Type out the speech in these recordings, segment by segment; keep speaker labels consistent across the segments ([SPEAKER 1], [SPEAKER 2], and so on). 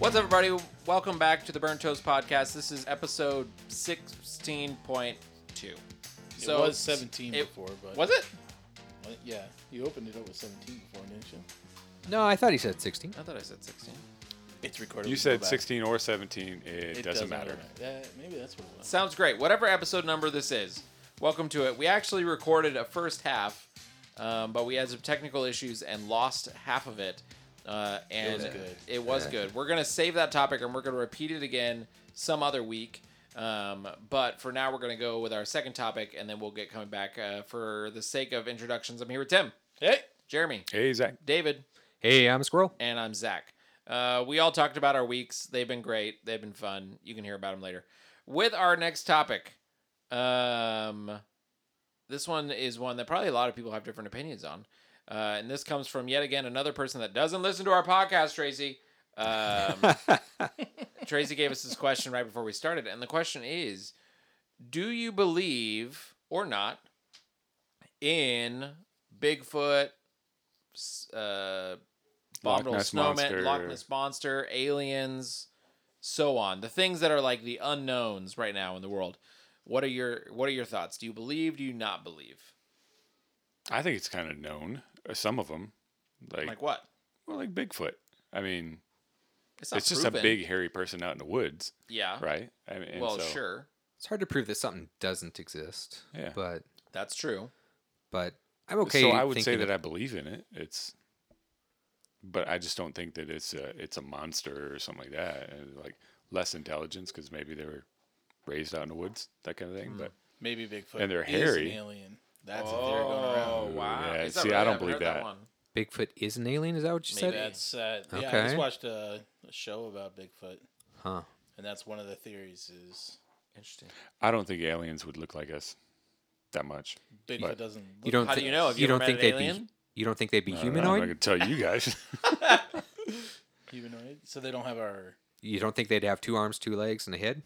[SPEAKER 1] What's up, everybody? Welcome back to the Burnt Toast Podcast. This is episode 16.2.
[SPEAKER 2] It was 17
[SPEAKER 1] it-
[SPEAKER 2] before, but
[SPEAKER 1] Was it?
[SPEAKER 2] Well, yeah, you opened it up with 17 before, didn't you?
[SPEAKER 3] No, I thought he said 16.
[SPEAKER 1] I thought I said 16.
[SPEAKER 2] It's recorded.
[SPEAKER 4] You said 16 or 17. It,
[SPEAKER 2] It
[SPEAKER 4] doesn't, matter.
[SPEAKER 2] Yeah, maybe that's what it was.
[SPEAKER 1] Sounds great. Whatever episode number this is, welcome to it. We actually recorded a first half, um, but we had some technical issues and lost half of it. Uh, and
[SPEAKER 2] was good.
[SPEAKER 1] it was
[SPEAKER 4] Yeah.
[SPEAKER 1] good. We're going to save that topic and we're going to repeat it again some other week. Um, but for now, we're going to go with our second topic and then we'll get coming back. Uh, for the sake of introductions, I'm here with Tim,
[SPEAKER 2] Hey,
[SPEAKER 1] Jeremy,
[SPEAKER 4] Hey, Zach.
[SPEAKER 1] David,
[SPEAKER 3] Hey, I'm a squirrel.
[SPEAKER 1] and I'm Zach. Uh, we all talked about our weeks. They've been great. They've been fun. You can hear about them later. With our next topic, um, this one is one that probably a lot of people have different opinions on, uh, and this comes from yet again another person that doesn't listen to our podcast, Tracy. Um, Tracy gave us this question right before we started, and the question is: Do you believe or not in Bigfoot? s- Uh,
[SPEAKER 4] Loch
[SPEAKER 1] Abominable
[SPEAKER 4] Ness
[SPEAKER 1] Snowman,
[SPEAKER 4] Monster.
[SPEAKER 1] Loch Ness Monster, aliens, so on. The things that are like the unknowns right now in the world. What are your What are your thoughts? Do you believe? Do you not believe?
[SPEAKER 4] I think it's kind of known. uh, Some of them, like
[SPEAKER 1] Like what?
[SPEAKER 4] well, like Bigfoot. I mean,
[SPEAKER 1] not
[SPEAKER 4] it's just a
[SPEAKER 1] proven.
[SPEAKER 4] big hairy person out in the woods,
[SPEAKER 1] yeah.
[SPEAKER 4] right? I mean, and
[SPEAKER 1] Well,
[SPEAKER 4] so-
[SPEAKER 1] sure,
[SPEAKER 3] It's hard to prove that something doesn't exist.
[SPEAKER 4] Yeah.
[SPEAKER 3] But
[SPEAKER 1] that's true.
[SPEAKER 3] but I'm okay.
[SPEAKER 4] so I would say
[SPEAKER 3] thinking
[SPEAKER 4] that
[SPEAKER 3] of-
[SPEAKER 4] I believe in it. It's, but I just don't think that it's a it's a monster or something like that. And like less intelligence because maybe they were raised out in the woods, that kind of thing.
[SPEAKER 1] Hmm.
[SPEAKER 4] But
[SPEAKER 2] maybe Bigfoot.
[SPEAKER 4] And they're
[SPEAKER 2] is
[SPEAKER 4] hairy.
[SPEAKER 2] An alien. That's what they're going around.
[SPEAKER 1] Oh wow!
[SPEAKER 4] yeah,
[SPEAKER 1] Is that
[SPEAKER 4] see, I
[SPEAKER 1] really?
[SPEAKER 4] don't
[SPEAKER 1] haven't
[SPEAKER 4] believe
[SPEAKER 1] heard
[SPEAKER 4] that.
[SPEAKER 1] one.
[SPEAKER 3] Bigfoot is an alien. Is that what you
[SPEAKER 2] Maybe
[SPEAKER 3] said?
[SPEAKER 2] that's uh, yeah. I
[SPEAKER 3] Okay.
[SPEAKER 2] just watched a, a show about Bigfoot,
[SPEAKER 3] Huh.
[SPEAKER 2] and that's one of the theories is
[SPEAKER 1] Interesting.
[SPEAKER 4] I don't think aliens would look like us that much.
[SPEAKER 2] Bigfoot
[SPEAKER 4] But-
[SPEAKER 2] doesn't. Look
[SPEAKER 3] You don't.
[SPEAKER 1] How do
[SPEAKER 3] thi-
[SPEAKER 1] you know? Oh, Have you ever
[SPEAKER 3] don't
[SPEAKER 1] met
[SPEAKER 3] think
[SPEAKER 1] an
[SPEAKER 3] they'd
[SPEAKER 1] alien?
[SPEAKER 3] be? You don't think they'd be
[SPEAKER 4] I don't know,
[SPEAKER 3] humanoid?
[SPEAKER 4] I'm not gonna tell you guys.
[SPEAKER 2] humanoid, so they don't have our.
[SPEAKER 3] You don't think they'd have two arms, two legs, and a head?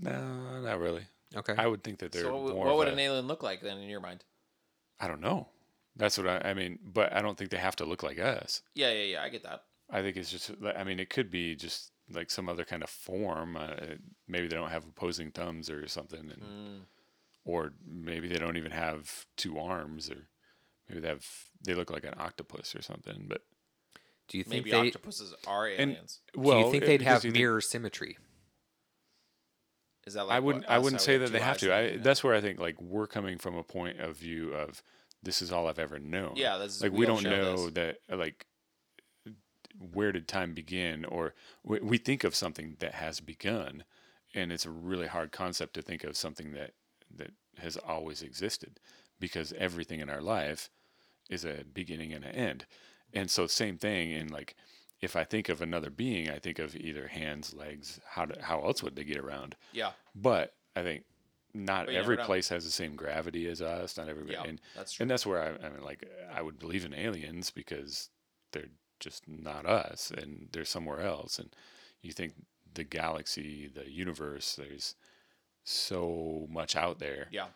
[SPEAKER 4] No, not really.
[SPEAKER 3] Okay.
[SPEAKER 4] I would think that they're
[SPEAKER 1] So what, would-
[SPEAKER 4] more.
[SPEAKER 1] what would
[SPEAKER 4] of
[SPEAKER 1] an
[SPEAKER 4] a,
[SPEAKER 1] alien look like then in your mind?
[SPEAKER 4] I don't know. That's what I, I mean. But I don't think they have to look like us.
[SPEAKER 1] Yeah, yeah, yeah. I get that.
[SPEAKER 4] I think it's just. I mean, it could be just like some other kind of form. Uh, maybe they don't have opposing thumbs or something, and,
[SPEAKER 1] Mm.
[SPEAKER 4] or maybe they don't even have two arms, or maybe they have. They look like an octopus or something. But
[SPEAKER 3] do you think
[SPEAKER 1] Maybe
[SPEAKER 3] they?
[SPEAKER 1] octopuses are
[SPEAKER 4] and
[SPEAKER 1] aliens.
[SPEAKER 3] do
[SPEAKER 4] well,
[SPEAKER 3] you think
[SPEAKER 4] it-
[SPEAKER 3] they'd
[SPEAKER 4] because
[SPEAKER 3] have
[SPEAKER 4] you think-
[SPEAKER 3] mirror symmetry?
[SPEAKER 1] Is that like
[SPEAKER 4] I
[SPEAKER 1] what,
[SPEAKER 4] wouldn't. I
[SPEAKER 1] us,
[SPEAKER 4] wouldn't
[SPEAKER 1] how we
[SPEAKER 4] say that
[SPEAKER 1] two
[SPEAKER 4] they have
[SPEAKER 1] eyes
[SPEAKER 4] to. I,
[SPEAKER 1] and-
[SPEAKER 4] That's where I think like we're coming from a point of view of this is all I've ever known.
[SPEAKER 1] Yeah, this is-
[SPEAKER 4] like
[SPEAKER 1] we
[SPEAKER 4] we,
[SPEAKER 1] all
[SPEAKER 4] don't
[SPEAKER 1] share
[SPEAKER 4] know that uh, like where did time begin, or we, we think of something that has begun, and it's a really hard concept to think of something that that has always existed, because everything in our life is a beginning and an end, and so same thing in like. If I think of another being, I think of either hands, legs. How do, how else would they get around?
[SPEAKER 1] yeah.
[SPEAKER 4] but I think not
[SPEAKER 1] But you never
[SPEAKER 4] every
[SPEAKER 1] know.
[SPEAKER 4] place has the same gravity as us. Not every
[SPEAKER 1] Yeah,
[SPEAKER 4] and
[SPEAKER 1] that's true.
[SPEAKER 4] and that's where I, I mean, like I would believe in aliens because they're just not us, and they're somewhere else. And you think the galaxy, the universe, there's so much out there
[SPEAKER 1] Yeah.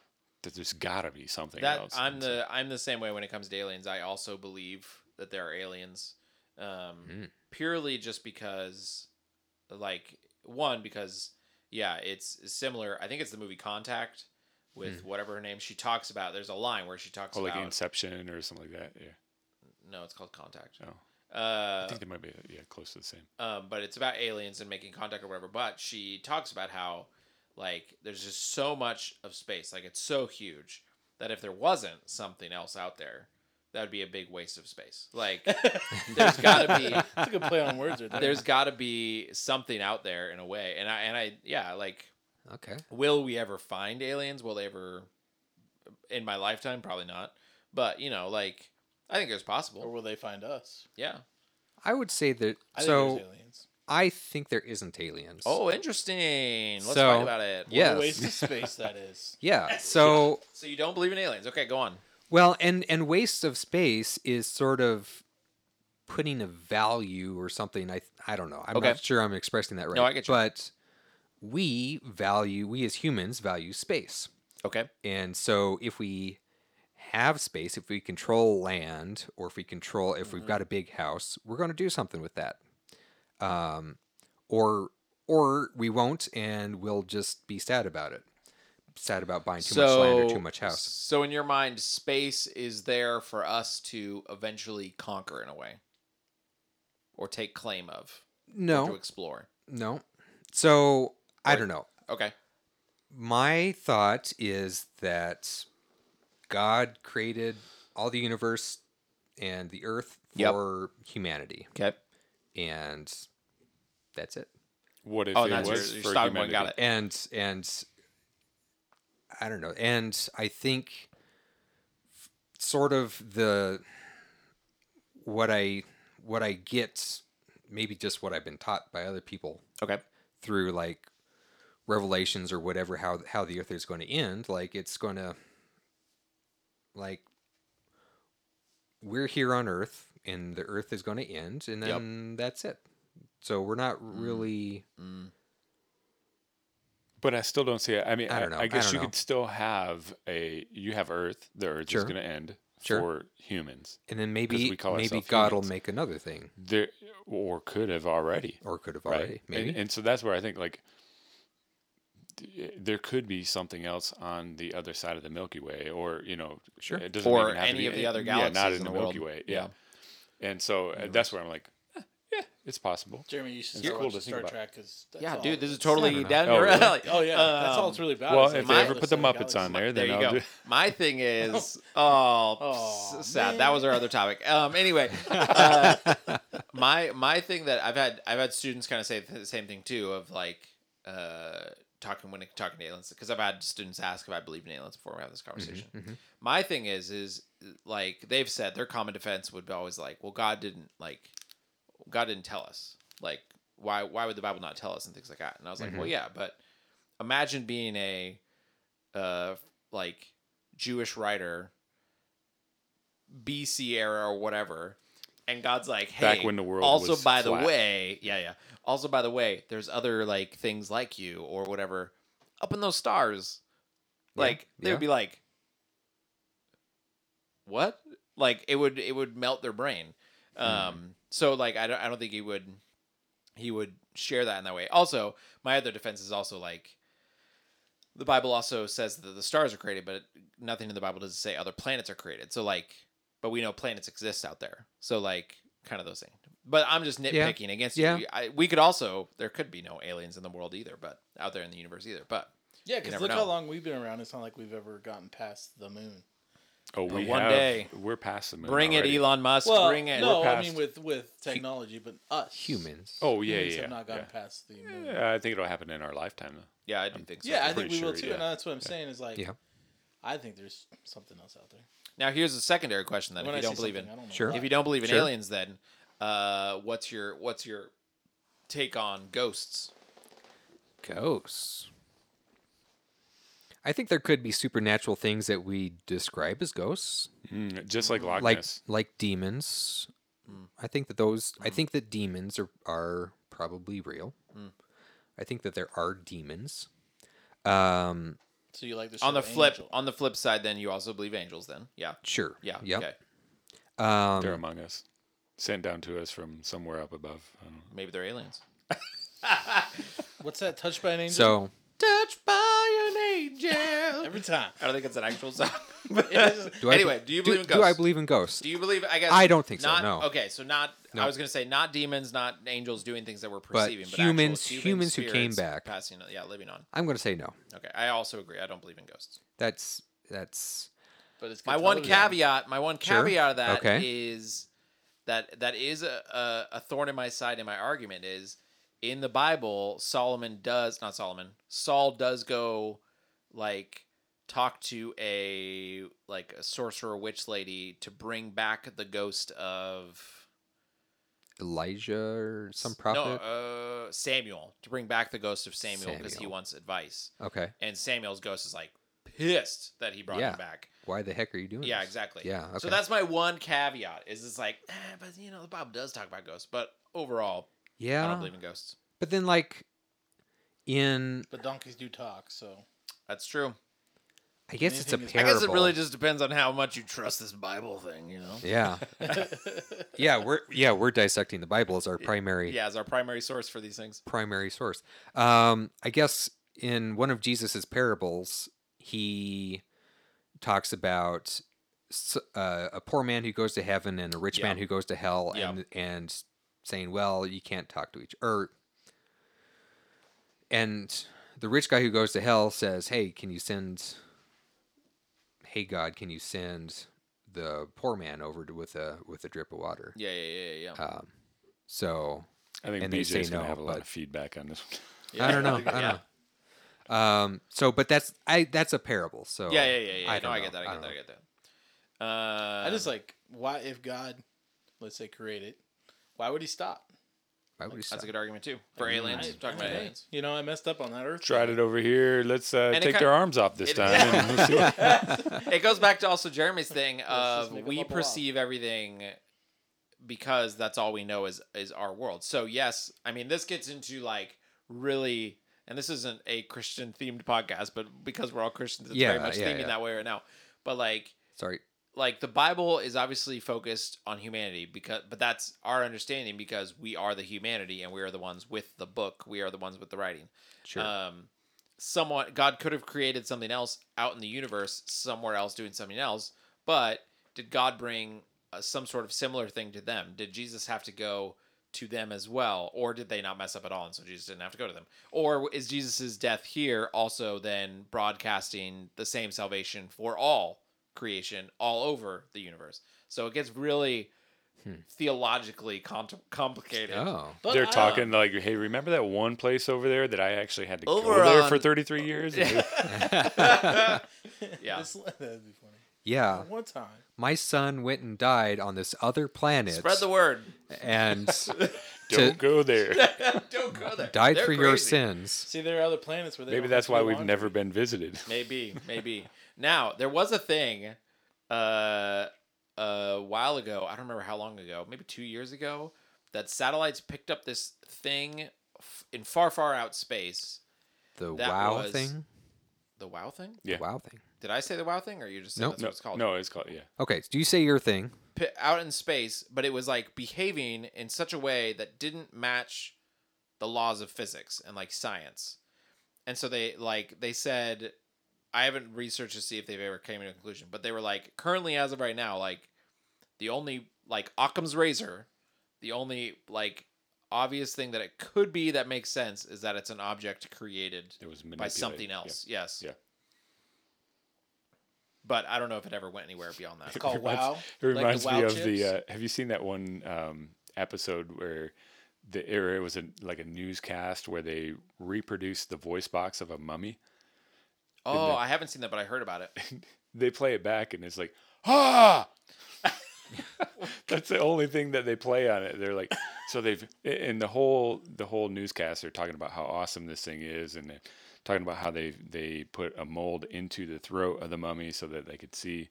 [SPEAKER 4] that there's got to be something
[SPEAKER 1] that
[SPEAKER 4] else.
[SPEAKER 1] I'm
[SPEAKER 4] And so-
[SPEAKER 1] the I'm the same way when it comes to aliens. I also believe that there are aliens, um,
[SPEAKER 4] Hmm.
[SPEAKER 1] purely just because, like one because yeah, it's similar. I think it's the movie Contact with
[SPEAKER 4] Hmm.
[SPEAKER 1] whatever her name she talks about. There's a line where she talks
[SPEAKER 4] oh, like
[SPEAKER 1] about
[SPEAKER 4] Inception or something like that. Yeah,
[SPEAKER 1] no, it's called Contact.
[SPEAKER 4] Oh.
[SPEAKER 1] Uh,
[SPEAKER 4] I think they might be yeah close to the same.
[SPEAKER 1] um, but it's about aliens and making contact or whatever. But she talks about how like there's just so much of space, like it's so huge that if there wasn't something else out there, that would be a big waste of space. Like there's gotta be
[SPEAKER 2] That's a good play on words right there.
[SPEAKER 1] there's gotta be something out there in a way. And I and I yeah like
[SPEAKER 3] Okay.
[SPEAKER 1] will we ever find aliens? Will they ever in my lifetime? Probably not. But you know like I think it's
[SPEAKER 2] or
[SPEAKER 1] possible.
[SPEAKER 2] will they find us?
[SPEAKER 1] Yeah.
[SPEAKER 3] I would say that.
[SPEAKER 2] I think
[SPEAKER 3] so
[SPEAKER 2] there's aliens.
[SPEAKER 3] I think there isn't aliens.
[SPEAKER 1] Oh, interesting. Let's
[SPEAKER 3] So-
[SPEAKER 1] talk about it.
[SPEAKER 3] Yeah.
[SPEAKER 2] What a
[SPEAKER 3] Yes.
[SPEAKER 2] waste of space that is.
[SPEAKER 3] Yeah. So
[SPEAKER 1] So you don't believe in aliens? Okay, go on.
[SPEAKER 3] Well, and and waste of space is sort of putting a value or something. I I don't know. I'm
[SPEAKER 1] Okay.
[SPEAKER 3] not sure I'm expressing that right.
[SPEAKER 1] No, I get you.
[SPEAKER 3] But we value we as humans value space,
[SPEAKER 1] Okay.
[SPEAKER 3] and so if we have space, if we control
[SPEAKER 1] Mm-hmm.
[SPEAKER 3] land, or if we control if we've got a big house, we're going to do something with that. Um, or or we won't, and we'll just be sad about it. Sad about buying too much
[SPEAKER 1] so,
[SPEAKER 3] land or too much house.
[SPEAKER 1] So in your mind, space is there for us to eventually conquer in a way, or take claim of, or to
[SPEAKER 3] No,
[SPEAKER 1] explore.
[SPEAKER 3] no. So I
[SPEAKER 1] Right.
[SPEAKER 3] don't know.
[SPEAKER 1] Okay.
[SPEAKER 3] My thought is that God created all the universe and the earth
[SPEAKER 1] Yep.
[SPEAKER 3] for humanity,
[SPEAKER 1] Okay.
[SPEAKER 3] and that's it.
[SPEAKER 4] What if
[SPEAKER 1] Oh,
[SPEAKER 4] it
[SPEAKER 1] that's where
[SPEAKER 4] was
[SPEAKER 1] you
[SPEAKER 4] for
[SPEAKER 1] stopped and
[SPEAKER 4] humanity?
[SPEAKER 1] got it.
[SPEAKER 3] and and I don't know, and I think f- sort of the what I what I get, maybe just what I've been taught by other people
[SPEAKER 1] Okay.
[SPEAKER 3] through like revelations or whatever how how the earth is going to end like it's going to like we're here on earth and the earth is going to end and
[SPEAKER 1] Yep.
[SPEAKER 3] then that's it so we're not
[SPEAKER 4] Mm-hmm.
[SPEAKER 3] really
[SPEAKER 1] Mm.
[SPEAKER 4] But I still don't see it. I mean,
[SPEAKER 3] I
[SPEAKER 4] I,
[SPEAKER 3] don't know.
[SPEAKER 4] I
[SPEAKER 3] I
[SPEAKER 4] guess
[SPEAKER 3] don't
[SPEAKER 4] you
[SPEAKER 3] know.
[SPEAKER 4] could still have a. You have Earth. The Earth
[SPEAKER 3] Sure.
[SPEAKER 4] is going to end
[SPEAKER 3] Sure.
[SPEAKER 4] for humans.
[SPEAKER 3] and then maybe
[SPEAKER 4] we call
[SPEAKER 3] maybe
[SPEAKER 4] ourselves
[SPEAKER 3] god will
[SPEAKER 4] humans.
[SPEAKER 3] make another thing
[SPEAKER 4] There or could have already.
[SPEAKER 3] or could have
[SPEAKER 4] right?
[SPEAKER 3] already maybe Mm-hmm.
[SPEAKER 4] And, and so that's where I think like d- there could be something else on the other side of the Milky Way, or you know,
[SPEAKER 3] Sure.
[SPEAKER 4] it doesn't
[SPEAKER 1] Or
[SPEAKER 4] even have to
[SPEAKER 1] any
[SPEAKER 4] be-
[SPEAKER 1] of the other
[SPEAKER 4] Yeah, not
[SPEAKER 1] galaxies
[SPEAKER 4] in
[SPEAKER 1] in the
[SPEAKER 4] the,
[SPEAKER 1] world.
[SPEAKER 4] Milky Way. Yeah. And so uh, that's where I'm like, eh, yeah, it's possible.
[SPEAKER 2] Jeremy, you should
[SPEAKER 4] It's
[SPEAKER 2] start
[SPEAKER 4] cool
[SPEAKER 2] watching
[SPEAKER 4] to think
[SPEAKER 2] Star
[SPEAKER 4] about.
[SPEAKER 2] Trek because
[SPEAKER 1] yeah, dude, this is
[SPEAKER 3] I
[SPEAKER 1] totally
[SPEAKER 3] don't know.
[SPEAKER 1] down
[SPEAKER 4] Oh,
[SPEAKER 1] your
[SPEAKER 4] really?
[SPEAKER 1] alley.
[SPEAKER 2] Oh yeah, that's all
[SPEAKER 1] Um,
[SPEAKER 2] it's really about.
[SPEAKER 4] Well,
[SPEAKER 2] is
[SPEAKER 4] if
[SPEAKER 2] the
[SPEAKER 4] they ever
[SPEAKER 2] other
[SPEAKER 4] put
[SPEAKER 2] side
[SPEAKER 4] the
[SPEAKER 2] of the
[SPEAKER 4] Muppets on
[SPEAKER 2] galaxy.
[SPEAKER 1] There
[SPEAKER 4] there, then
[SPEAKER 1] you
[SPEAKER 4] I'll
[SPEAKER 1] go.
[SPEAKER 4] do.
[SPEAKER 1] My thing is, oh,
[SPEAKER 2] Aw,
[SPEAKER 1] s- sad.
[SPEAKER 2] man.
[SPEAKER 1] That was our other topic. Um, anyway, uh, my my thing that I've had I've had students kind of say the same thing too of like uh talking when talking to aliens because I've had students ask if I believe in aliens before we have this conversation.
[SPEAKER 3] Mm-hmm.
[SPEAKER 1] My thing is is like they've said their common defense would be always like, well, God didn't like God didn't tell us like why why would the Bible not tell us and things like that. And I was like,
[SPEAKER 4] Mm-hmm.
[SPEAKER 1] well, yeah, but imagine being a uh like Jewish writer BC era or whatever. And God's like, hey,
[SPEAKER 4] Back when the world
[SPEAKER 1] also
[SPEAKER 4] was
[SPEAKER 1] by
[SPEAKER 4] flat.
[SPEAKER 1] the way, yeah, yeah. Also by the way, there's other like things like you or whatever up in those stars.
[SPEAKER 3] Yeah,
[SPEAKER 1] Like they
[SPEAKER 3] yeah.
[SPEAKER 1] would be like what? Like it would it would melt their brain.
[SPEAKER 4] Hmm.
[SPEAKER 1] Um so like I don't I don't think he would he would share that in that way. Also, my other defense is also like the Bible also says that the stars are created, but nothing in the Bible does say other planets are created. So like, but we know planets exist out there. So like, kind of those things. But I'm just nitpicking against
[SPEAKER 3] Yeah.
[SPEAKER 1] you. I, we could also there could be no aliens in the world either, but out there in the universe either. But
[SPEAKER 2] Yeah,
[SPEAKER 1] You
[SPEAKER 2] because
[SPEAKER 1] never
[SPEAKER 2] look
[SPEAKER 1] know.
[SPEAKER 2] how long we've been around. It's not like we've ever gotten past the moon.
[SPEAKER 4] Oh, we
[SPEAKER 1] one
[SPEAKER 4] have-
[SPEAKER 1] day.
[SPEAKER 4] we're past the moon.
[SPEAKER 1] bring
[SPEAKER 4] already.
[SPEAKER 1] it, Elon Musk.
[SPEAKER 2] Well,
[SPEAKER 1] bring it.
[SPEAKER 2] no, I
[SPEAKER 4] past-
[SPEAKER 2] mean with with technology, but us
[SPEAKER 3] humans
[SPEAKER 4] Oh yeah,
[SPEAKER 2] humans
[SPEAKER 4] yeah.
[SPEAKER 2] have not gotten
[SPEAKER 4] yeah.
[SPEAKER 2] past the moon. Yeah,
[SPEAKER 4] Yeah, I think it'll happen in our lifetime though.
[SPEAKER 1] Yeah, I do think so.
[SPEAKER 2] I think
[SPEAKER 4] pretty
[SPEAKER 2] we will
[SPEAKER 4] sure,
[SPEAKER 2] too,
[SPEAKER 4] yeah.
[SPEAKER 2] and that's what I'm saying is like,
[SPEAKER 3] Yeah.
[SPEAKER 2] I think there's something else out there.
[SPEAKER 1] Now here's a secondary question then.
[SPEAKER 2] When
[SPEAKER 1] if
[SPEAKER 2] I
[SPEAKER 1] you don't
[SPEAKER 2] say
[SPEAKER 1] believe in,
[SPEAKER 2] something, I don't know
[SPEAKER 3] Sure.
[SPEAKER 2] what.
[SPEAKER 1] if you don't believe in
[SPEAKER 3] Sure.
[SPEAKER 1] aliens, then uh, what's your what's your take on ghosts?
[SPEAKER 3] ghosts i think there could be supernatural things that we describe as ghosts
[SPEAKER 4] Mm, just like Loch
[SPEAKER 3] like
[SPEAKER 4] Ness.
[SPEAKER 3] like demons.
[SPEAKER 1] Mm.
[SPEAKER 3] I think that those. I think that demons are are probably real.
[SPEAKER 1] Mm.
[SPEAKER 3] I think that there are demons. Um,
[SPEAKER 2] so you like the
[SPEAKER 1] on
[SPEAKER 2] show
[SPEAKER 1] the flip
[SPEAKER 2] Angel.
[SPEAKER 1] on the flip side then you also believe angels then yeah
[SPEAKER 3] sure.
[SPEAKER 1] yeah
[SPEAKER 3] Yep.
[SPEAKER 1] okay
[SPEAKER 3] Um,
[SPEAKER 4] They're among us, sent down to us from somewhere up above. I don't know.
[SPEAKER 1] maybe they're aliens
[SPEAKER 2] What's that? Touched by an angel.
[SPEAKER 3] so
[SPEAKER 1] touched by an angel
[SPEAKER 2] every time.
[SPEAKER 1] i don't think it's an actual song
[SPEAKER 3] do I,
[SPEAKER 1] anyway do you believe
[SPEAKER 3] do,
[SPEAKER 1] in ghosts
[SPEAKER 3] Do I believe in ghosts?
[SPEAKER 1] Do you believe i guess
[SPEAKER 3] I don't think so,
[SPEAKER 1] not-
[SPEAKER 3] no.
[SPEAKER 1] okay so not
[SPEAKER 3] No.
[SPEAKER 1] i was gonna say not demons not angels doing things that we're
[SPEAKER 3] But
[SPEAKER 1] perceiving but, actual
[SPEAKER 3] humans-
[SPEAKER 1] human
[SPEAKER 3] humans who came
[SPEAKER 1] spirits
[SPEAKER 3] back.
[SPEAKER 1] passing yeah living on
[SPEAKER 3] I'm going to say no.
[SPEAKER 1] okay i also agree i don't believe in ghosts
[SPEAKER 3] That's that's
[SPEAKER 2] But it's good
[SPEAKER 1] my one
[SPEAKER 2] television.
[SPEAKER 1] caveat my one
[SPEAKER 3] Sure.
[SPEAKER 1] caveat of that is
[SPEAKER 3] Okay.
[SPEAKER 1] that that is a, a, a thorn in my side in my argument is in the bible solomon does not solomon saul does go like talk to a like a sorcerer witch lady to bring back the ghost of
[SPEAKER 3] Elijah or some prophet.
[SPEAKER 1] no uh, samuel to bring back the ghost of samuel because he
[SPEAKER 3] Samuel.
[SPEAKER 1] wants advice
[SPEAKER 3] okay.
[SPEAKER 1] and samuel's ghost is like pissed that he brought
[SPEAKER 3] Yeah.
[SPEAKER 1] him back
[SPEAKER 3] Why the heck are you doing?
[SPEAKER 1] yeah,
[SPEAKER 3] this?
[SPEAKER 1] exactly.
[SPEAKER 3] Yeah. Okay.
[SPEAKER 1] So that's my one caveat is it's like, eh, but you know, the Bible does talk about ghosts, but overall,
[SPEAKER 3] yeah.
[SPEAKER 1] I don't believe in ghosts.
[SPEAKER 3] But then like in
[SPEAKER 2] But donkeys do talk, so
[SPEAKER 1] That's true.
[SPEAKER 3] I guess it's a
[SPEAKER 2] Anything is-
[SPEAKER 1] I
[SPEAKER 3] parable.
[SPEAKER 1] guess it really just depends on how much you trust this Bible thing, you know?
[SPEAKER 3] Yeah. yeah, we're yeah, we're dissecting the Bible as our primary
[SPEAKER 1] Yeah, as our primary source for these things.
[SPEAKER 3] primary source. Um, I guess in one of Jesus's parables, he talks about s- uh, a poor man who goes to heaven and a rich man
[SPEAKER 1] Yeah.
[SPEAKER 3] who goes to hell,
[SPEAKER 1] Yeah.
[SPEAKER 3] and and saying, "Well, you can't talk to each or." And the rich guy who goes to hell says, "Hey, can you send? Hey, God, can you send the poor man over to, with a with a drip of water?"
[SPEAKER 1] Yeah, yeah, yeah, yeah. yeah.
[SPEAKER 3] Um, so
[SPEAKER 4] I think
[SPEAKER 3] And they
[SPEAKER 4] BJ's
[SPEAKER 3] say
[SPEAKER 4] gonna
[SPEAKER 3] no,
[SPEAKER 4] have a lot
[SPEAKER 3] but-
[SPEAKER 4] of feedback on this.
[SPEAKER 1] Yeah.
[SPEAKER 3] I don't know. I don't know. Um. So, but that's I. That's a parable. So
[SPEAKER 1] Yeah, yeah, yeah, yeah.
[SPEAKER 3] I
[SPEAKER 1] no,
[SPEAKER 3] don't
[SPEAKER 1] I
[SPEAKER 3] know.
[SPEAKER 1] get that. I
[SPEAKER 3] I
[SPEAKER 1] get
[SPEAKER 3] don't
[SPEAKER 1] that. I
[SPEAKER 3] know.
[SPEAKER 1] get that. Uh,
[SPEAKER 2] I just like why if God, let's say created, why would he stop?
[SPEAKER 3] Why would we stop?
[SPEAKER 1] that's a good argument too for aliens.
[SPEAKER 2] I-
[SPEAKER 1] talking
[SPEAKER 2] I-
[SPEAKER 1] about aliens.
[SPEAKER 2] You know, I messed up on that earth.
[SPEAKER 4] Tried it over here. Let's uh,
[SPEAKER 1] it
[SPEAKER 4] take
[SPEAKER 1] kin-
[SPEAKER 4] their arms off this
[SPEAKER 1] it-
[SPEAKER 4] time. and we'll see what-
[SPEAKER 1] It goes back to also Jeremy's thing
[SPEAKER 2] just
[SPEAKER 1] of
[SPEAKER 2] make 'em
[SPEAKER 1] we
[SPEAKER 2] up a lot.
[SPEAKER 1] perceive everything because that's all we know is is our world. So yes, I mean this gets into like really and this isn't a Christian themed podcast, but because we're all Christians, it's very
[SPEAKER 3] Yeah,
[SPEAKER 1] much
[SPEAKER 3] yeah,
[SPEAKER 1] thinking
[SPEAKER 3] yeah.
[SPEAKER 1] that way right now. But like
[SPEAKER 3] Sorry.
[SPEAKER 1] like the Bible is obviously focused on humanity because but that's our understanding because we are the humanity and we are the ones with the book, we are the ones with the writing.
[SPEAKER 3] Sure.
[SPEAKER 1] Um someone God could have created something else out in the universe somewhere else doing something else, but did God bring uh, some sort of similar thing to them? Did Jesus have to go to them as well or did they not mess up at all and so Jesus didn't have to go to them? Or is Jesus's death here also then broadcasting the same salvation for all creation all over the universe. So it gets really theologically con- complicated.
[SPEAKER 3] Hmm. oh.
[SPEAKER 2] But
[SPEAKER 1] uh,
[SPEAKER 4] They're
[SPEAKER 2] I-
[SPEAKER 4] talking like, "Hey, remember that one place over there that I actually had to
[SPEAKER 1] Over
[SPEAKER 4] go there
[SPEAKER 1] on-
[SPEAKER 4] for 33 years?" And
[SPEAKER 1] Yeah.
[SPEAKER 2] This- That'd be funny.
[SPEAKER 3] Yeah.
[SPEAKER 2] One time,
[SPEAKER 3] My son went and died on this other planet.
[SPEAKER 1] Spread the word.
[SPEAKER 3] and
[SPEAKER 4] Don't go there.
[SPEAKER 1] Don't go there.
[SPEAKER 3] died
[SPEAKER 1] They're
[SPEAKER 3] for your
[SPEAKER 1] crazy.
[SPEAKER 3] sins.
[SPEAKER 2] see, there are other planets where they
[SPEAKER 4] Maybe
[SPEAKER 2] don't
[SPEAKER 4] that's
[SPEAKER 2] have to
[SPEAKER 4] why
[SPEAKER 2] go
[SPEAKER 4] we've
[SPEAKER 2] on.
[SPEAKER 4] never been visited.
[SPEAKER 1] Maybe, maybe. Now there was a thing, uh, a while ago. I don't remember how long ago. Maybe two years ago, that satellites picked up this thing f- in far, far out space.
[SPEAKER 3] The
[SPEAKER 1] That
[SPEAKER 3] wow
[SPEAKER 1] was-
[SPEAKER 3] thing.
[SPEAKER 1] The wow thing?
[SPEAKER 4] Yeah.
[SPEAKER 3] The wow thing.
[SPEAKER 1] Did I say the wow thing, or you just said
[SPEAKER 3] Nope.
[SPEAKER 1] that's
[SPEAKER 4] No,
[SPEAKER 1] what it's called?
[SPEAKER 4] no, it's called yeah.
[SPEAKER 3] Okay. So do you say your thing?
[SPEAKER 1] pi- out in space, but it was like behaving in such a way that didn't match the laws of physics and like science. And so they like they said I haven't researched to see if they've ever came to a conclusion, but they were like currently as of right now like the only like Occam's razor, the only like obvious thing that it could be that makes sense is that it's an object created
[SPEAKER 4] It was
[SPEAKER 1] by
[SPEAKER 4] manipulated.
[SPEAKER 1] something
[SPEAKER 4] Yeah.
[SPEAKER 1] else. Yes.
[SPEAKER 4] Yeah.
[SPEAKER 1] But I don't know if it ever went anywhere beyond that.
[SPEAKER 2] It's called
[SPEAKER 4] Reminds-
[SPEAKER 2] Wow.
[SPEAKER 4] It
[SPEAKER 2] Like the
[SPEAKER 4] reminds
[SPEAKER 2] WoW
[SPEAKER 4] me of the. Uh,
[SPEAKER 2] chips?
[SPEAKER 4] have you seen that one um, episode where the or it was a, like a newscast where they reproduced the voice box of a mummy?
[SPEAKER 1] Oh, I haven't seen that, but I heard about it.
[SPEAKER 4] They play it back and it's like ah. That's the only thing that they play on it. They're like, so they've in the whole the whole newscast. They're talking about how awesome this thing is, and they're talking about how they they put a mold into the throat of the mummy so that they could see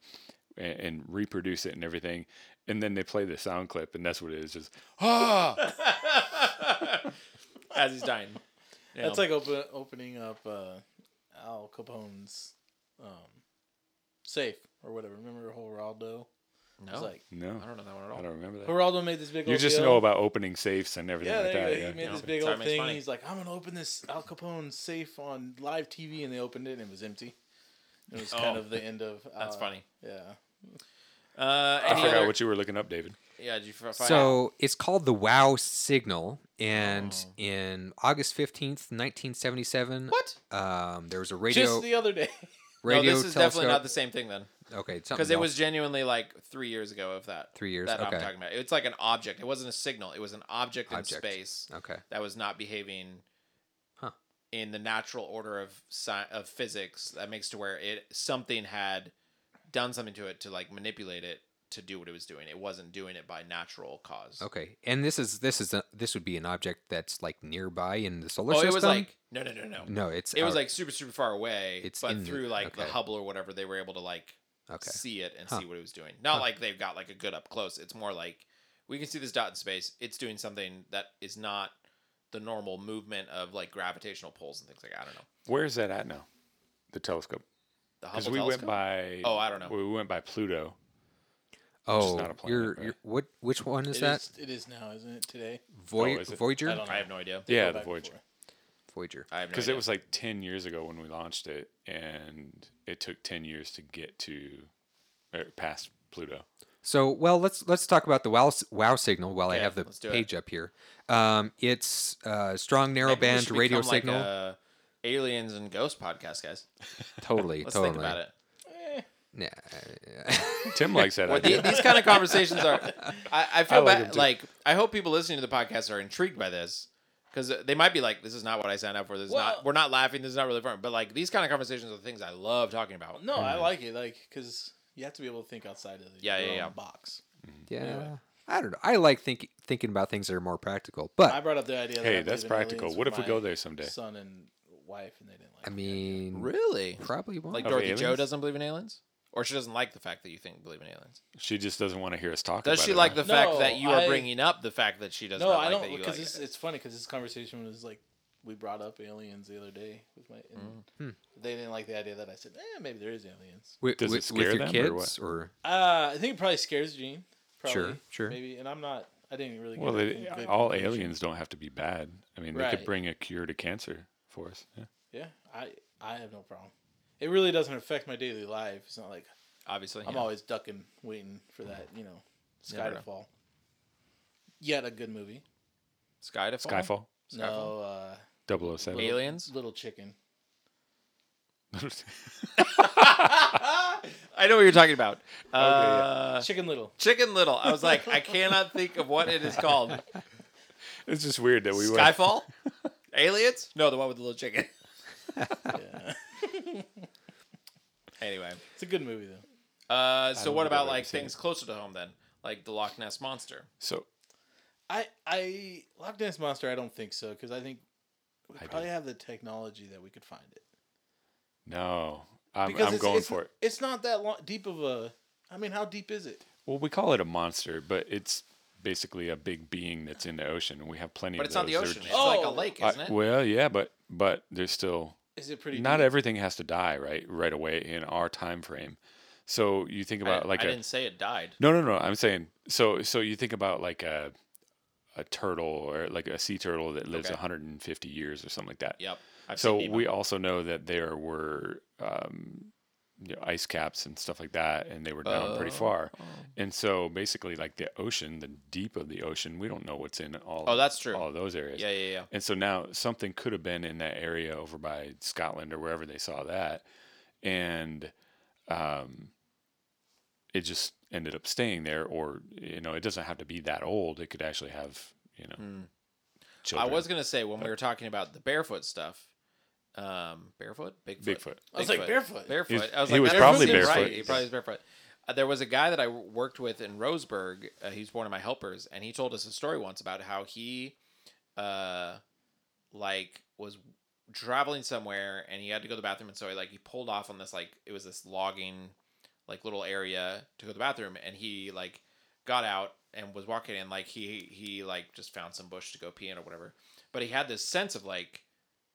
[SPEAKER 4] and, and reproduce it and everything. And then they play the sound clip, and that's what it is. Just ah.
[SPEAKER 1] As he's dying. You
[SPEAKER 2] That's
[SPEAKER 1] know.
[SPEAKER 2] like open, opening up uh, Al Capone's um, safe or whatever. Remember Geraldo?
[SPEAKER 1] no,
[SPEAKER 2] It was like
[SPEAKER 4] No,
[SPEAKER 1] I don't know that one at
[SPEAKER 4] I
[SPEAKER 1] all.
[SPEAKER 4] don't remember that.
[SPEAKER 2] Geraldo made this big.
[SPEAKER 4] You
[SPEAKER 2] old
[SPEAKER 4] just
[SPEAKER 2] deal.
[SPEAKER 4] know about opening safes and everything
[SPEAKER 2] Yeah,
[SPEAKER 4] like
[SPEAKER 2] there you
[SPEAKER 4] that.
[SPEAKER 2] go.
[SPEAKER 4] Yeah.
[SPEAKER 2] he made
[SPEAKER 1] Yeah.
[SPEAKER 2] this big
[SPEAKER 1] Sorry,
[SPEAKER 2] old
[SPEAKER 1] makes
[SPEAKER 2] thing.
[SPEAKER 1] funny.
[SPEAKER 2] He's like, I'm gonna open this Al Capone safe on live TV, and they opened it, and it was empty. It was kind
[SPEAKER 1] Oh.
[SPEAKER 2] of the end of. Uh,
[SPEAKER 1] That's funny.
[SPEAKER 2] Yeah.
[SPEAKER 1] Uh,
[SPEAKER 4] I
[SPEAKER 1] any
[SPEAKER 4] forgot
[SPEAKER 1] other?
[SPEAKER 4] what you were looking up, David.
[SPEAKER 1] yeah, did you fi- find out?
[SPEAKER 3] So it's called the Wow Signal, and in August fifteenth, nineteen seventy-seven,
[SPEAKER 1] Oh. What?
[SPEAKER 3] um, there was a
[SPEAKER 2] Just
[SPEAKER 3] radio
[SPEAKER 2] the other day.
[SPEAKER 1] No,
[SPEAKER 3] radio
[SPEAKER 1] this is
[SPEAKER 3] telescope.
[SPEAKER 1] definitely not the same thing then,
[SPEAKER 3] okay,
[SPEAKER 1] because
[SPEAKER 3] something
[SPEAKER 1] it was
[SPEAKER 3] else.
[SPEAKER 1] genuinely like three years ago. Of that,
[SPEAKER 3] Three years,
[SPEAKER 1] That
[SPEAKER 3] okay.
[SPEAKER 1] I'm talking about. It's like an object. It wasn't a signal. It was an object, in
[SPEAKER 3] Object.
[SPEAKER 1] space
[SPEAKER 3] okay.
[SPEAKER 1] that was not behaving.
[SPEAKER 3] Huh.
[SPEAKER 1] In the natural order of sci- of physics, that makes to where it something had done something to it to like manipulate it to do what it was doing. It wasn't doing it by natural cause.
[SPEAKER 3] Okay, and this is this is a, this would be an object that's like nearby in the solar
[SPEAKER 1] oh,
[SPEAKER 3] system.
[SPEAKER 1] it was like no, no, no, no.
[SPEAKER 3] no, it's
[SPEAKER 1] it was
[SPEAKER 3] out-
[SPEAKER 1] like super, super far away.
[SPEAKER 3] It's
[SPEAKER 1] but
[SPEAKER 3] in the-
[SPEAKER 1] through like the
[SPEAKER 3] okay.
[SPEAKER 1] Hubble or whatever, they were able to like
[SPEAKER 3] okay,
[SPEAKER 1] see it and
[SPEAKER 3] Huh.
[SPEAKER 1] see what it was doing. Not like they've got like a good up close. It's more like we can see this dot in space. It's doing something that is not the normal movement of like gravitational pulls and things like that. I don't know.
[SPEAKER 4] Where is that at now? The telescope.
[SPEAKER 1] The
[SPEAKER 4] because
[SPEAKER 1] Hubble
[SPEAKER 4] we went
[SPEAKER 1] telescope?
[SPEAKER 4] by.
[SPEAKER 1] Oh, I don't know.
[SPEAKER 4] We went by Pluto.
[SPEAKER 3] Oh,
[SPEAKER 4] not a planet,
[SPEAKER 3] you're,
[SPEAKER 4] but-
[SPEAKER 3] you're what? Which one is
[SPEAKER 2] It
[SPEAKER 3] that?
[SPEAKER 2] is- it is now, isn't it? Today.
[SPEAKER 3] Voy-
[SPEAKER 4] Oh, is it?
[SPEAKER 3] Voyager.
[SPEAKER 2] I don't know.
[SPEAKER 1] I have no idea.
[SPEAKER 2] They go
[SPEAKER 4] Yeah, the
[SPEAKER 2] back and
[SPEAKER 4] Voyager.
[SPEAKER 2] forth.
[SPEAKER 3] Voyager.
[SPEAKER 1] I have no
[SPEAKER 4] Because
[SPEAKER 1] idea.
[SPEAKER 4] it was like ten years ago when we launched it, and it took ten years to get to or past Pluto.
[SPEAKER 3] So, well, let's let's talk about the wow s- wow signal while I
[SPEAKER 1] Yeah,
[SPEAKER 3] have the
[SPEAKER 1] let's do it.
[SPEAKER 3] page up here. Um, it's uh, strong narrow
[SPEAKER 1] Maybe we
[SPEAKER 3] band
[SPEAKER 1] should
[SPEAKER 3] radio
[SPEAKER 1] become like
[SPEAKER 3] signal.
[SPEAKER 1] a aliens and ghost podcast, guys.
[SPEAKER 3] totally,
[SPEAKER 1] Let's
[SPEAKER 3] totally.
[SPEAKER 1] think about it.
[SPEAKER 3] Yeah,
[SPEAKER 4] Tim likes that
[SPEAKER 1] Well, the-
[SPEAKER 4] idea.
[SPEAKER 1] these kind of conversations are. I, I feel
[SPEAKER 4] I like
[SPEAKER 1] bad.
[SPEAKER 4] them too.
[SPEAKER 1] like I hope people listening to the podcast are intrigued by this because they might be like, "This is not what I signed up for. This is
[SPEAKER 2] Well-
[SPEAKER 1] not. We're not laughing. This is not really fun." But like these kind of conversations are the things I love talking about.
[SPEAKER 2] No,
[SPEAKER 4] Mm-hmm.
[SPEAKER 2] I like it. Like, because you have to be able to think outside of the
[SPEAKER 1] Yeah,
[SPEAKER 2] your
[SPEAKER 1] yeah,
[SPEAKER 2] own
[SPEAKER 1] yeah.
[SPEAKER 2] box.
[SPEAKER 3] yeah. I don't know. I like think, thinking about things that are more practical, but
[SPEAKER 2] I
[SPEAKER 3] I,
[SPEAKER 2] brought up the idea. that I
[SPEAKER 4] Uh, hey,
[SPEAKER 2] believe
[SPEAKER 4] that's
[SPEAKER 2] in
[SPEAKER 4] practical.
[SPEAKER 2] aliens
[SPEAKER 4] What
[SPEAKER 2] with
[SPEAKER 4] if we
[SPEAKER 2] my
[SPEAKER 4] go there someday?
[SPEAKER 2] Son and wife, and they didn't like. it.
[SPEAKER 3] mean,
[SPEAKER 1] Really?
[SPEAKER 3] probably won't.
[SPEAKER 1] Like
[SPEAKER 4] Of
[SPEAKER 1] Dorothy
[SPEAKER 4] aliens?
[SPEAKER 1] Joe doesn't believe in aliens, or she doesn't like the fact that you think believe in aliens.
[SPEAKER 4] She just doesn't want to hear us talk.
[SPEAKER 1] Does
[SPEAKER 4] about
[SPEAKER 1] she
[SPEAKER 4] it,
[SPEAKER 1] like
[SPEAKER 4] huh?
[SPEAKER 1] the fact
[SPEAKER 2] No,
[SPEAKER 1] that you are
[SPEAKER 2] I-
[SPEAKER 1] bringing up the fact that she does
[SPEAKER 2] No,
[SPEAKER 1] not
[SPEAKER 2] I
[SPEAKER 1] like
[SPEAKER 2] don't.
[SPEAKER 1] that you
[SPEAKER 2] Because
[SPEAKER 1] like
[SPEAKER 2] this
[SPEAKER 1] it?
[SPEAKER 2] it's funny because this conversation was like we brought up aliens the other day with my.
[SPEAKER 1] Mm.
[SPEAKER 2] and
[SPEAKER 4] Hmm.
[SPEAKER 2] They didn't like the idea that I said, eh, maybe there is aliens.
[SPEAKER 3] Wi-
[SPEAKER 4] Does it
[SPEAKER 3] wi-
[SPEAKER 4] scare
[SPEAKER 3] with your
[SPEAKER 4] them or what?
[SPEAKER 3] kids or,
[SPEAKER 2] Uh, I think it probably scares Gene. Probably,
[SPEAKER 3] Sure, sure.
[SPEAKER 2] Maybe, and I'm not. I didn't really.
[SPEAKER 4] Well,
[SPEAKER 2] get a
[SPEAKER 4] they,
[SPEAKER 2] good
[SPEAKER 4] all
[SPEAKER 2] conclusion.
[SPEAKER 4] aliens don't have to be bad. I mean, they
[SPEAKER 2] Right.
[SPEAKER 4] could bring a cure to cancer for us. Yeah.
[SPEAKER 2] Yeah, I I have no problem. It really doesn't affect my daily life. It's not like
[SPEAKER 1] Obviously,
[SPEAKER 2] I'm
[SPEAKER 1] yeah. Mm-hmm.
[SPEAKER 2] always ducking, waiting for that. You know, Sky
[SPEAKER 1] Never
[SPEAKER 2] to
[SPEAKER 1] know.
[SPEAKER 2] fall. Yet a good movie.
[SPEAKER 1] Sky to fall?
[SPEAKER 4] Skyfall,
[SPEAKER 1] Skyfall?
[SPEAKER 2] No, uh,
[SPEAKER 4] 007.
[SPEAKER 1] aliens.
[SPEAKER 2] Little Chicken.
[SPEAKER 1] I know what you're talking about.
[SPEAKER 4] yeah.
[SPEAKER 1] Uh,
[SPEAKER 2] Chicken Little.
[SPEAKER 1] Chicken Little. I was like, I cannot think of what it is called.
[SPEAKER 4] it's just weird that we were.
[SPEAKER 1] Skyfall? Aliens? No, the one with the little chicken.
[SPEAKER 2] Yeah.
[SPEAKER 1] Anyway,
[SPEAKER 2] it's a good movie though.
[SPEAKER 1] uh, so
[SPEAKER 4] don't
[SPEAKER 1] what
[SPEAKER 4] think I've
[SPEAKER 1] about
[SPEAKER 4] ever
[SPEAKER 1] like
[SPEAKER 4] seen
[SPEAKER 1] things closer to home then, like the Loch Ness monster?
[SPEAKER 4] So
[SPEAKER 2] I I Loch Ness monster. I don't think so because I think we
[SPEAKER 4] I do.
[SPEAKER 2] probably have the technology that we could find it.
[SPEAKER 4] no, I'm,
[SPEAKER 2] Because
[SPEAKER 4] I'm
[SPEAKER 2] it's,
[SPEAKER 4] going
[SPEAKER 2] it's,
[SPEAKER 4] for it.
[SPEAKER 2] It's not that long, deep of a. I mean, how deep is it?
[SPEAKER 4] Well, we call it a monster, but it's basically a big being that's in the ocean, and we have plenty.
[SPEAKER 1] But
[SPEAKER 4] of
[SPEAKER 1] it's not the
[SPEAKER 4] those. They're
[SPEAKER 1] ocean; it's
[SPEAKER 4] just-
[SPEAKER 1] like a
[SPEAKER 2] Oh!
[SPEAKER 1] lake,
[SPEAKER 4] I-
[SPEAKER 1] isn't it?
[SPEAKER 4] well, yeah, but but there's still
[SPEAKER 2] Is it pretty?
[SPEAKER 4] not
[SPEAKER 2] deep?
[SPEAKER 4] everything has to die right right away in our time frame. So you think
[SPEAKER 1] I,
[SPEAKER 4] about like
[SPEAKER 1] I
[SPEAKER 4] a
[SPEAKER 1] didn't say it died.
[SPEAKER 4] no no no. I'm saying so so you think about like a a turtle or like a sea turtle that lives
[SPEAKER 1] Okay.
[SPEAKER 4] 150 years or something like that.
[SPEAKER 1] Yep. I've
[SPEAKER 4] so
[SPEAKER 1] seen Nemo.
[SPEAKER 4] we also know that there were um, you know, ice caps and stuff like that, and they were down
[SPEAKER 1] Oh.
[SPEAKER 4] pretty far. And so basically, like the ocean, the deep of the ocean, we don't know what's in all.
[SPEAKER 1] Oh, that's true.
[SPEAKER 4] All of those areas.
[SPEAKER 1] yeah, yeah, yeah.
[SPEAKER 4] And so now something could have been in that area over by Scotland or wherever they saw that, and um, it just ended up staying there. Or you know, it doesn't have to be that old. It could actually have you know.
[SPEAKER 1] I
[SPEAKER 4] Children.
[SPEAKER 1] was gonna say when we were talking about the barefoot stuff, um, barefoot, Bigfoot,
[SPEAKER 4] Bigfoot.
[SPEAKER 2] I was like, barefoot.
[SPEAKER 1] barefoot.
[SPEAKER 4] He's-
[SPEAKER 1] I was
[SPEAKER 4] he
[SPEAKER 1] like,
[SPEAKER 4] was
[SPEAKER 1] that
[SPEAKER 4] probably
[SPEAKER 1] seems right.
[SPEAKER 4] barefoot.
[SPEAKER 1] He probably was barefoot. Uh, there was a guy that I w- worked with in Roseburg. Uh, he's one of my helpers, and he told us a story once about how he, uh, like was traveling somewhere and he had to go to the bathroom, and so he, like he pulled off on this like it was this logging, like little area to go to the bathroom, and he like got out and was walking and like he he like just found some bush to go pee in or whatever, but he had this sense of like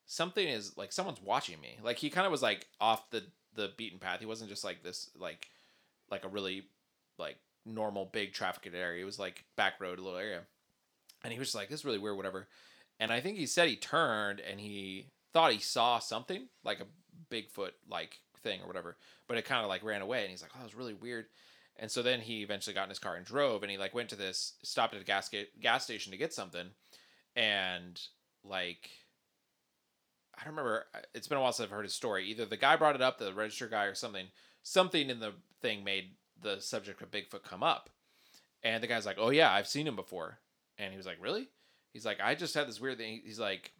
[SPEAKER 1] something is like someone's watching me. Like he kind of was like off the the beaten path. He wasn't just like this like like a really like normal big trafficked area. It was like back road little area. And he was just like this is really weird whatever. And I think he said he turned and he thought he saw something like a Bigfoot like thing or whatever, but it kind of like ran away and he's like, "Oh, that was really weird." And so then he eventually got in his car and drove and he like went to this stopped at a gas ga- gas station to get something and like I don't remember. uh, It's been a while since I've heard his story. Either the guy brought it up, the register guy, or something. Something in the thing made the subject of Bigfoot come up, and the guy's like, "Oh yeah, I've seen him before," and he was like, "Really?" He's like, "I just had this weird thing." He's like,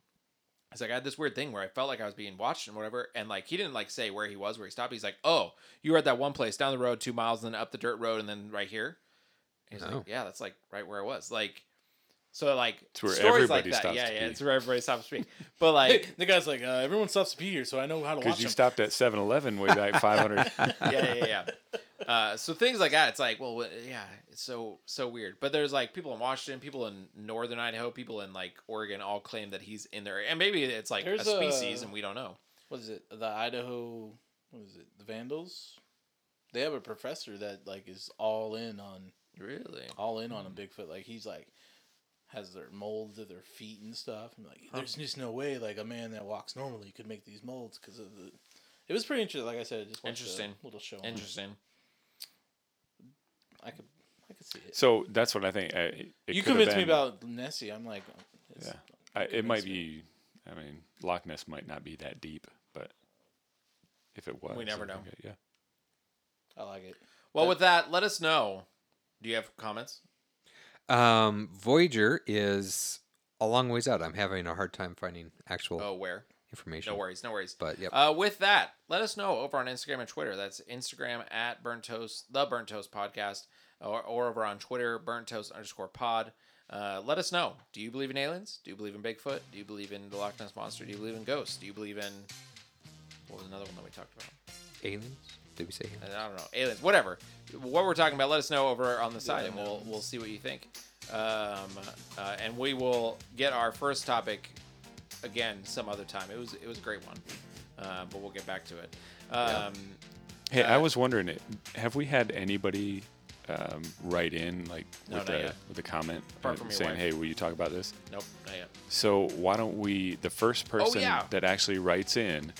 [SPEAKER 1] "He's like, I had this weird thing where I felt like I was being watched and whatever." And like, he didn't like say where he was, where he stopped. He's like, "Oh, you were at that one place down the road, two miles, and then up the dirt road, and then right here." And he's
[SPEAKER 3] Oh.
[SPEAKER 1] like, "Yeah, that's like right where I was." Like, so like
[SPEAKER 4] It's where
[SPEAKER 1] stories like
[SPEAKER 4] everybody
[SPEAKER 1] that.
[SPEAKER 4] stops
[SPEAKER 1] yeah,
[SPEAKER 4] to
[SPEAKER 1] yeah,
[SPEAKER 4] pee.
[SPEAKER 1] it's where everybody stops to pee. But like.
[SPEAKER 2] the guy's like, uh, everyone stops to pee here, so I know how to watch
[SPEAKER 4] Because you
[SPEAKER 2] them.
[SPEAKER 4] stopped at 7-Eleven way back 500.
[SPEAKER 1] yeah, yeah, yeah. Uh, so things like that, it's like, well, wh- yeah, it's so so weird. But there's like people in Washington, people in northern Idaho, people in like Oregon, all claim that he's in there, and maybe it's like a
[SPEAKER 2] There's
[SPEAKER 1] species,
[SPEAKER 2] a-
[SPEAKER 1] and we don't know.
[SPEAKER 2] what is it? The Idaho what is it? The Vandals. They have a professor that like is all in on
[SPEAKER 1] Really?
[SPEAKER 2] all in on a
[SPEAKER 1] Mm.
[SPEAKER 2] Bigfoot. Like he's like has their molds of their feet and stuff. I'm like, there's just no way like a man that walks normally could make these molds because of the. It was pretty interesting. Like I said, I just watched
[SPEAKER 1] Interesting.
[SPEAKER 2] A little show. on it.
[SPEAKER 1] Interesting.
[SPEAKER 2] I could, I could see it.
[SPEAKER 4] So that's what I think. I, it
[SPEAKER 2] you
[SPEAKER 4] could have
[SPEAKER 2] convinced me
[SPEAKER 4] been-
[SPEAKER 2] about Nessie. I'm like, it's,
[SPEAKER 4] Yeah, I, it might
[SPEAKER 2] convinced
[SPEAKER 4] be. I mean, Loch Ness might not be that deep, but if it was,
[SPEAKER 1] never
[SPEAKER 4] I think
[SPEAKER 1] know.
[SPEAKER 4] it- yeah.
[SPEAKER 2] I like it.
[SPEAKER 1] Well, with that, let us know. Do you have comments?
[SPEAKER 3] Um, Voyager is a long ways out. I'm having a hard time finding actual
[SPEAKER 1] Oh, where?
[SPEAKER 3] information.
[SPEAKER 1] No worries. No worries.
[SPEAKER 3] But yep.
[SPEAKER 1] Uh, with that, let us know over on Instagram and Twitter. That's Instagram at Burnt Toast, the Burnt Toast Podcast, or, or over on Twitter, Burnt Toast underscore pod. Uh, let us know. Do you believe in aliens? Do you believe in Bigfoot? Do you believe in the Loch Ness Monster? Do you believe in ghosts? Do you believe in. What was another one that we talked about?
[SPEAKER 3] aliens? Did we say aliens?
[SPEAKER 1] And I don't know. Aliens, whatever. What we're talking about, let us know over on the side and we'll, we'll see what you think. Um, uh, and we will get our first topic again some other time. It was it was a great one, uh, but we'll get back to it. Um,
[SPEAKER 4] Hey,
[SPEAKER 1] Uh,
[SPEAKER 4] I was wondering, it- have we had anybody um, write in like
[SPEAKER 1] No,
[SPEAKER 4] with
[SPEAKER 1] not
[SPEAKER 4] a
[SPEAKER 1] yet.
[SPEAKER 4] with a comment
[SPEAKER 1] Apart
[SPEAKER 4] uh,
[SPEAKER 1] from your
[SPEAKER 4] saying,
[SPEAKER 1] wife.
[SPEAKER 4] "Hey, will you talk about this?"
[SPEAKER 1] Nope, not yet.
[SPEAKER 4] So why don't we? The first person
[SPEAKER 1] Oh, yeah.
[SPEAKER 4] that actually writes in,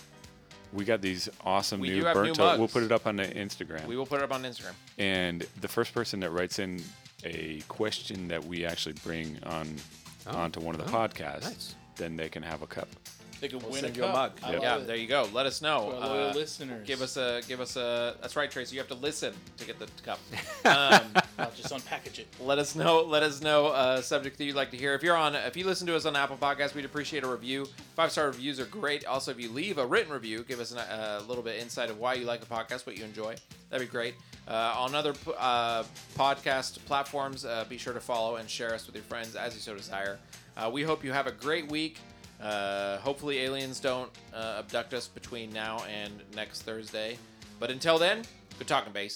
[SPEAKER 4] we got these awesome
[SPEAKER 1] We
[SPEAKER 4] new
[SPEAKER 1] do have
[SPEAKER 4] burnt
[SPEAKER 1] new
[SPEAKER 4] toast. We'll
[SPEAKER 1] mugs.
[SPEAKER 4] put it up on the Instagram.
[SPEAKER 1] We will put it up on Instagram.
[SPEAKER 4] and the first person that writes in a question that we actually bring on
[SPEAKER 3] Oh,
[SPEAKER 4] onto one of the
[SPEAKER 3] oh,
[SPEAKER 4] podcasts,
[SPEAKER 3] nice.
[SPEAKER 4] then they can have a cup.
[SPEAKER 2] They could win a
[SPEAKER 1] send
[SPEAKER 2] cup.
[SPEAKER 1] you a mug.
[SPEAKER 2] I
[SPEAKER 4] Yep.
[SPEAKER 1] yeah,
[SPEAKER 2] love it.
[SPEAKER 1] there you go. Let us know.
[SPEAKER 2] To our loyal
[SPEAKER 1] Uh,
[SPEAKER 2] listeners.
[SPEAKER 1] give us a give us a. That's right, Tracy. You have to listen to get the cup. Um,
[SPEAKER 2] I'll just unpackage it.
[SPEAKER 1] let us know let us know uh, subject that you'd like to hear if you're on if you listen to us on apple podcast we'd appreciate a review five star reviews are great also if you leave a written review give us a little bit insight of why you like a podcast what you enjoy that'd be great uh, on other p- uh, podcast platforms uh, be sure to follow and share us with your friends as you so desire uh, we hope you have a great week uh, hopefully aliens don't uh, abduct us between now and next thursday but until then good talking base